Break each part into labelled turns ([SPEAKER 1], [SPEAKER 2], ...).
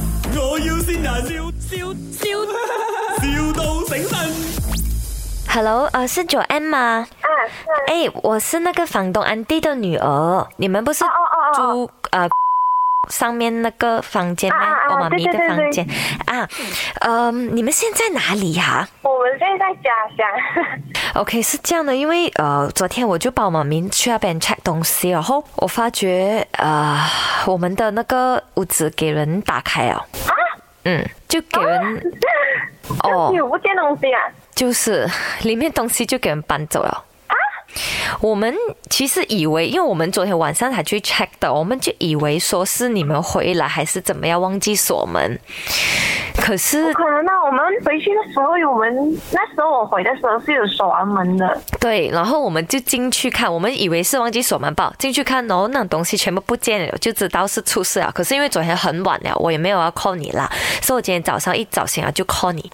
[SPEAKER 1] 要先人，笑笑笑，,笑到醒神。
[SPEAKER 2] Hello，呃，是 Joanne 吗？
[SPEAKER 3] 啊，是啊
[SPEAKER 2] 哎，我是那个房东安迪的女儿，你们不是
[SPEAKER 3] 哦
[SPEAKER 2] 租、
[SPEAKER 3] 哦
[SPEAKER 2] 呃上面那个房间吗？
[SPEAKER 3] 啊啊啊
[SPEAKER 2] 我妈咪的
[SPEAKER 3] 对对对
[SPEAKER 2] 房间啊，呃，你们现在哪里呀、
[SPEAKER 3] 我们现在在家乡，
[SPEAKER 2] OK，是这样的，因为呃，昨天我就帮我妈咪去那边 check 东西，然后我发觉呃，我们的那个屋子给人打开了，
[SPEAKER 3] 啊
[SPEAKER 2] 嗯，就给人、哦
[SPEAKER 3] 你有不见东西啊？
[SPEAKER 2] 就是里面东西就给人搬走了。我们其实以为，因为我们昨天晚上才去 check 的，我们就以为说是你们回来还是怎么样，忘记锁门。可是，
[SPEAKER 3] 可能那我们回去的时候，我们那时候我回的时候是有锁完门的。
[SPEAKER 2] 对，然后我们就进去看，我们以为是忘记锁门吧，进去看，然后那东西全部不见了，就知道是出事了。可是因为昨天很晚了，我也没有要 call 你啦，所以我今天早上一早醒来就 call 你。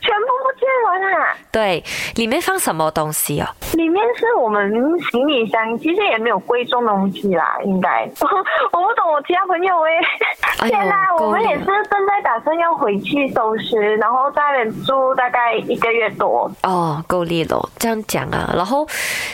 [SPEAKER 3] 全部不见完啊！
[SPEAKER 2] 对，里面放什么东西哦？
[SPEAKER 3] 里面是我们行李箱，其实也没有贵重东西啦，应该。 我不懂我其他朋友哎、
[SPEAKER 2] 哎呦
[SPEAKER 3] 天哪、
[SPEAKER 2] 够了
[SPEAKER 3] 我们也是正在打算要回去收拾，然后在那边住大概一个月多。
[SPEAKER 2] 哦，够力了，这样讲啊。然后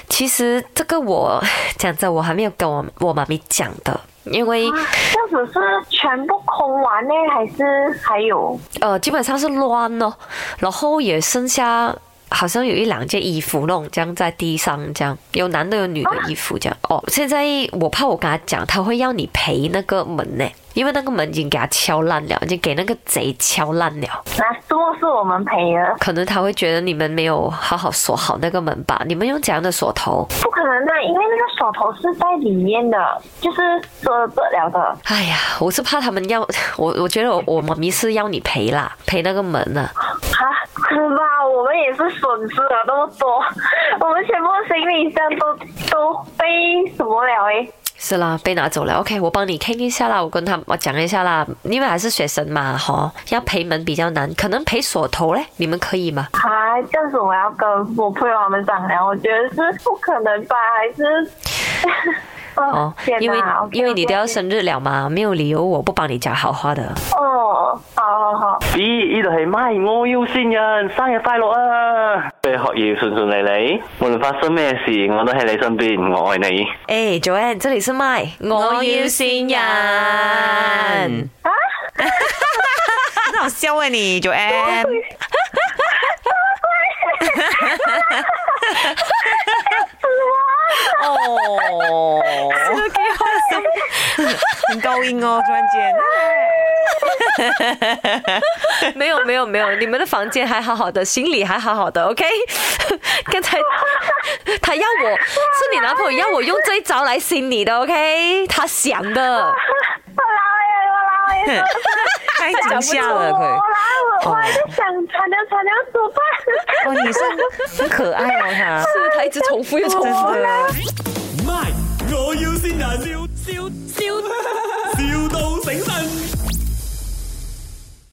[SPEAKER 2] 其实这个我讲着，我还没有跟我我妈咪讲的，因为
[SPEAKER 3] 啊这样子是全部空完呢，还是还有？
[SPEAKER 2] 呃基本上是乱咯，然后也剩下好像有一两件衣服弄这样在地上，这样有男的有女的衣服这样。哦，现在我怕我跟他讲，他会要你赔那个门呢，因为那个门已经给他敲烂了，已经给那个贼敲烂了。
[SPEAKER 3] 那、啊、什么是我们赔的？
[SPEAKER 2] 可能他会觉得你们没有好好锁好那个门吧？你们用怎样的锁头？
[SPEAKER 3] 不可能啊的，因为那个手头是在里面的，就是遮不了的。
[SPEAKER 2] 哎呀，我是怕他们要 我，我觉得我我妈咪是要你赔啦，赔那个门呢。
[SPEAKER 3] 啊，不可能吧？我们也是损失了那么多，我们全部行李箱都都被什么了欸诶？
[SPEAKER 2] 是啦，被拿走了。OK，我帮你看一下啦，我跟他我讲一下啦，因为还是学生嘛，哈，要赔门比较难，可能赔锁头嘞，你们可以吗？
[SPEAKER 3] 啊，这样子我要跟我朋友他们商量，我觉得是不可能吧？还 是
[SPEAKER 2] 哦
[SPEAKER 3] 哦，天哪
[SPEAKER 2] 因为
[SPEAKER 3] OK，OK，
[SPEAKER 2] 因为你都要生日了嘛，没有理由我不帮你讲好话的。
[SPEAKER 3] 哦，好好好。
[SPEAKER 4] 咦，呢度係咪我要善人，生日快樂啊！你學業順順利利，無論發生咩事，我都喺你身邊，我愛你。
[SPEAKER 2] 哎，Joanne，这里是麦，我要新
[SPEAKER 3] 哦
[SPEAKER 2] 人。
[SPEAKER 5] 很好笑哎，你 Joanne。哦，
[SPEAKER 3] 啊
[SPEAKER 5] 很高音哦，突然间。
[SPEAKER 2] 没有没有没有，你们的房间还好好的，行李还好好的，OK 。 刚才他要我是你男朋友要我用这一招来吸你的，OK？他想的，
[SPEAKER 3] 我老诶，我老 诶，
[SPEAKER 5] 太惊吓了
[SPEAKER 3] 我
[SPEAKER 5] 佢，
[SPEAKER 3] 老，我还在想惨了惨了，怎么办？
[SPEAKER 5] 哇，女生很可爱哦，她。
[SPEAKER 2] 是不是他一直重复又重复？
[SPEAKER 5] 真的。
[SPEAKER 1] 咪，我要先人，笑笑笑，,笑到醒神。